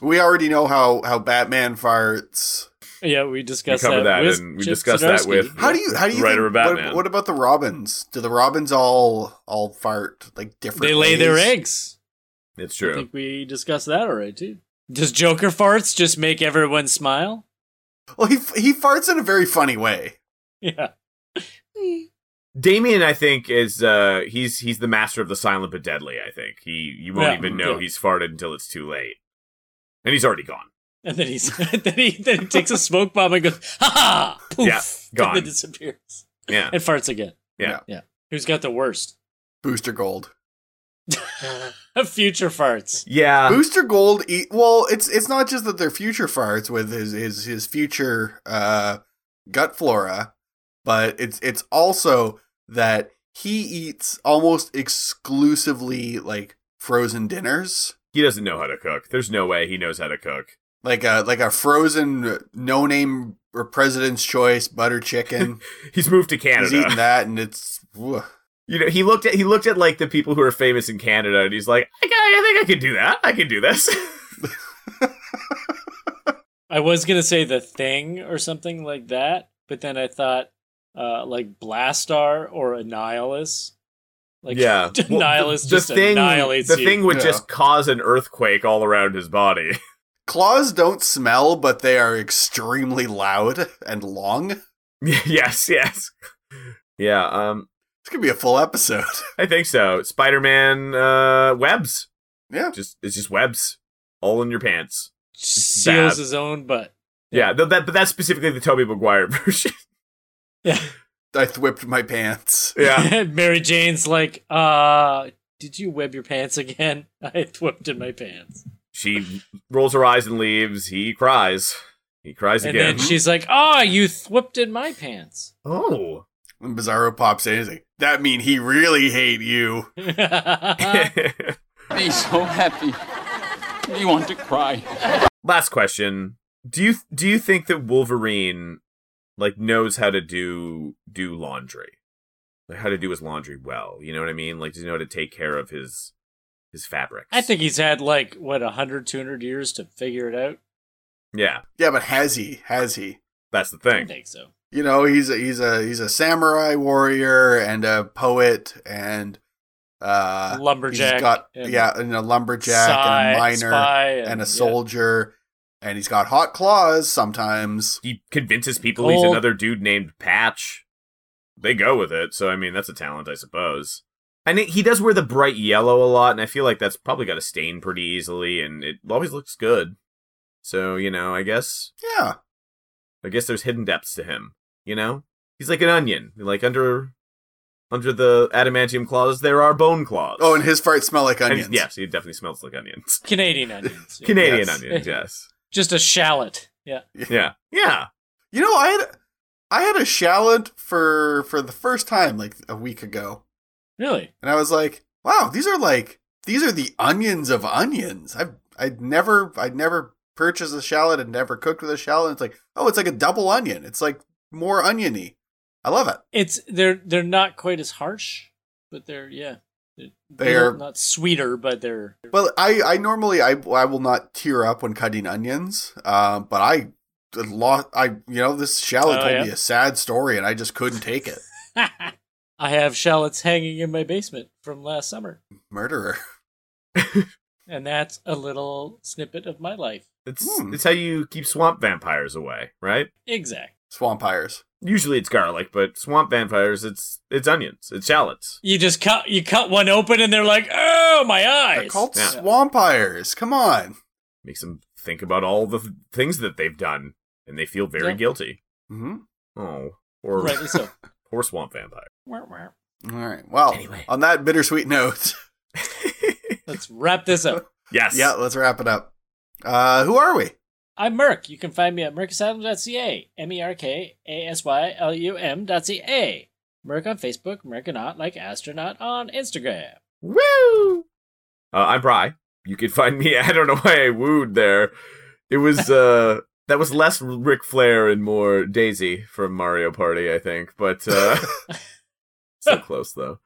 A: We already know how how Batman farts.
B: Yeah, we discussed
C: covered
B: that.
C: that
B: with
C: and we
B: Chip
C: discussed that
B: Zdarsky.
C: with-
A: How do you how do you
C: Writer
A: think-
C: of Batman.
A: What, what about the Robins? Do the Robins all all fart like different?
B: They lay their
A: ways?
B: eggs.
C: it's
B: I
C: true.
B: think we discussed that already too. Does Joker farts just make everyone smile?
A: Well, he he farts in a very funny way.
B: Yeah.
C: Damien, I think, is uh, he's he's the master of the silent but deadly. I think he you won't
B: Yeah.
C: even know
B: Yeah.
C: he's farted until it's too late, and he's already gone.
B: And then he's then he then he takes a smoke bomb and goes, ha ha poof
C: Yeah, gone.
B: and then disappears.
C: Yeah,
B: And farts again.
C: Yeah.
B: Yeah. Who's got the worst?
A: Booster Gold.
B: Future farts.
C: yeah.
A: Booster Gold. Eat, well, it's it's not just that they're future farts with his his his future uh, gut flora, but it's it's also that he eats almost exclusively like frozen dinners,
C: He doesn't know how to cook. There's no way he knows how to cook.
A: like a like a frozen no name or President's Choice butter chicken.
C: He's moved to Canada.
A: He's eating that, and it's. whew.
C: You know, he looked at he looked at like the people who are famous in Canada, and he's like, I, ca- I think I could do that. I could do this.
B: I was gonna say the thing or something like that, but then I thought uh like Blastar or Annihilus. Like
C: yeah,
B: Annihilus
C: Well, the-
B: just
C: the thing,
B: annihilates
C: The
B: you.
C: thing would
A: Yeah.
C: just cause an earthquake all around his body.
A: Claws don't smell, but they are extremely loud and long. It's
C: yes, yes, yeah. Um,
A: gonna be a full episode.
C: I think so. Spider Man uh, webs.
A: Yeah.
C: Just it's just webs all in your pants.
B: seals
C: bad.
B: his own butt.
C: Yeah, th- that but that's specifically the Toby Maguire version.
B: Yeah.
A: I thwipped my pants.
C: yeah,
B: Mary Jane's like, uh, did you web your pants again? I whipped in my pants.
C: she rolls her eyes and leaves. He cries. He cries
B: And
C: again.
B: then she's like, "Ah, you whipped in my pants.
C: oh.
A: And Bizarro pops in. He's like, "That mean he really hate you."
B: Uh,
K: Be so happy. You want to cry.
C: last question do you do you think that wolverine like knows how to do do laundry like how to do his laundry well you know what i mean like does he know how to take care of his his fabrics
B: I think he's had like, what, 100, 200 years to figure it out?
C: yeah
A: Yeah, but has he? Has he?
C: that's the
B: I don't
C: thing
B: think so.
A: You know, he's a he's a he's a samurai warrior and a poet and uh
B: Lumberjack.
A: He's got
B: and
A: yeah, and a lumberjack
B: spy-
A: and a miner
B: spy
A: and
B: yeah.
A: a soldier, and he's got hot claws sometimes.
C: he convinces people he's
B: Cold.
C: another dude named patch they go with it. So I mean, that's a talent, I suppose. And it, he does wear the bright yellow a lot, and I feel like that's probably got a stain pretty easily, and it always looks good. So you know, I guess
A: Yeah.
C: I guess there's hidden depths to him. You know, he's like an onion. Like under under the adamantium claws, there are bone claws.
A: Oh, and his farts smell like
C: And
A: onions.
C: yes, he definitely smells like onions.
B: Canadian onions. yeah.
C: Canadian
A: Yes.
C: onions, yes.
B: Just a shallot. Yeah.
C: Yeah, yeah.
A: You know, I had I had a shallot for for the first time like a week ago,
B: Really?
A: and I was like, "Wow, these are like these are the onions of onions." I've I'd never I'd never purchased a shallot and never cooked with a shallot. It's like, oh, it's like a double onion. It's like more oniony. I love it.
B: It's they're they're not quite as harsh, but they're yeah. They're,
A: They're-
B: not sweeter, but they're
A: Well, I I normally I I will not tear up when cutting onions, uh, but I lost I you know this shallot
B: Oh,
A: told
B: yeah.
A: me a sad story and I just couldn't take it.
B: I have shallots hanging in my basement from last summer.
A: Murderer.
B: And that's a little snippet of my life.
C: It's
A: Hmm.
C: it's how you keep swamp vampires away, right?
B: Exact.
A: Swampires.
C: Usually it's garlic, but swamp vampires it's it's onions, it's shallots.
B: You just cut you cut one open and they're like, "Oh, my
A: They're
B: eyes."
A: called
C: Yeah.
A: swampires. Come on.
C: Makes them think about all the th- things that they've done, and they feel very
B: Yeah.
C: guilty.
A: hmm
C: Oh, or
B: Rightly so.
C: poor swamp vampire.
B: Wah, wah.
A: All right. Well,
C: Anyway.
A: on that bittersweet note,
B: Let's wrap this up.
C: Yes.
A: yeah, let's wrap it up. Uh, who are we?
B: I'm Merck. You can find me at E mercasadams.ca, M-E-R-K-A-S-Y-L-U-M dot C-A. Merck on Facebook, Merconaut like astronaut on Instagram.
C: Woo! Uh, I'm Bry. You can find me. I don't know why I wooed there. It was uh that was less Ric Flair and more Daisy from Mario Party, I think. But uh so close though.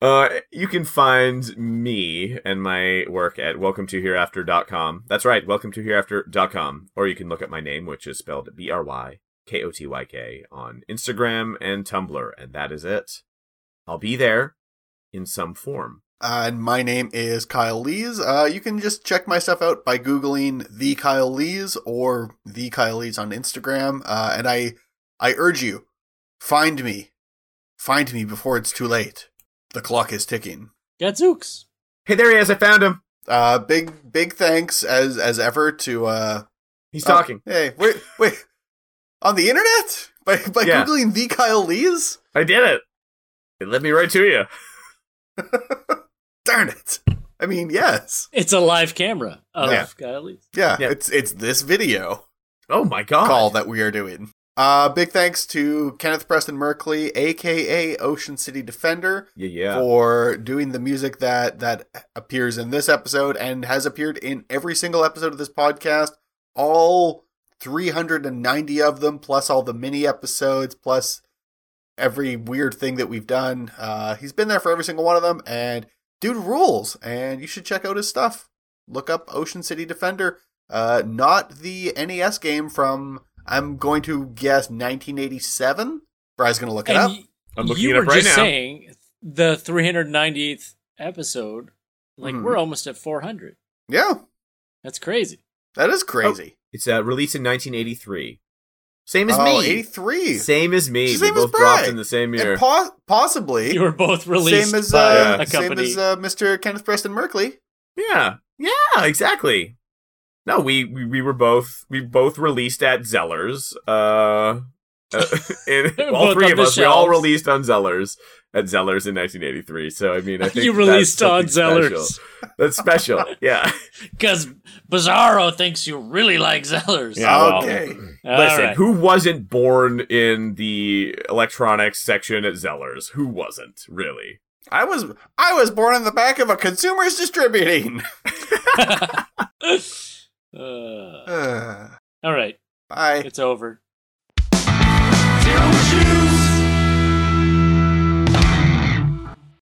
C: Uh, you can find me and my work at welcome to hereafter.com. That's right, welcome to hereafter.com. Or you can look at my name, which is spelled B R Y K O T Y K, on Instagram and Tumblr, and that is it. I'll be there in some form.
A: Uh, and my name is Kyle Lees. Uh, you can just check my stuff out by googling the Kyle Lees or the Kyle Lees on Instagram. Uh, and I, I urge you, find me, find me before it's too late. The clock is ticking.
B: Gadzooks.
C: Hey, there he is. I found him.
A: Uh, big big thanks as as ever to uh
C: He's
A: Oh,
C: talking.
A: hey, wait, wait. On the internet? By by
C: Yeah.
A: googling the Kyle Lees?
C: Oh, I did it. It led me right to you.
A: Darn it. I mean, yes.
B: It's a live camera Oh, of
A: Yeah.
B: Kyle Lees.
A: Yeah,
C: Yeah.
A: it's it's this video
C: Oh my god.
A: call that we are doing. Uh big thanks to Kenneth Preston Merkley, aka Ocean City Defender,
C: Yeah, yeah.
A: for doing the music that that appears in this episode and has appeared in every single episode of this podcast all 390 of them plus all the mini episodes plus every weird thing that we've done uh he's been there for every single one of them and dude rules and you should check out his stuff look up ocean city defender uh not the nes game from i'm going to guess 1987 brian's gonna look it up
B: And y-
C: I'm looking
B: you
C: it
B: were
C: up right
B: just
C: now.
B: saying the 398th episode, like
C: Mm-hmm.
A: Mhm.
B: we're almost at 400.
A: yeah
B: That's crazy.
A: that is crazy
C: It's uh, released in 1983. Same as
A: oh,
C: me.
A: 83.
C: Same as me.
A: Same
C: we
A: as
C: both
A: Bri.
C: dropped in the same year.
A: And po- possibly
B: You were both released
A: same as
B: by
A: uh,
B: a
A: same
B: company.
A: as uh, Mr. Kenneth Preston Merkley.
C: yeah. Yeah, exactly. No, we, we we were both we both released at Zellers. Uh, uh and all
B: Both
C: three
B: on
C: of
B: the
C: us we all
B: shelves.
C: released on Zellers at Zellers in 1983. So I mean, I think
B: you
C: that's
B: released on
C: something special.
B: Zellers
C: That's special. Yeah.
B: because Bizarro thinks you really like Zellers. Oh.
C: Yeah, well,
A: okay.
B: All
C: Listen,
B: right.
C: who wasn't born in the electronics section at Zeller's? Who wasn't, really?
A: I was I was born in the back of a consumer's distributing.
B: Uh,
A: Uh,
B: all right, Uh,
A: bye.
B: it's over.
E: Zero issues.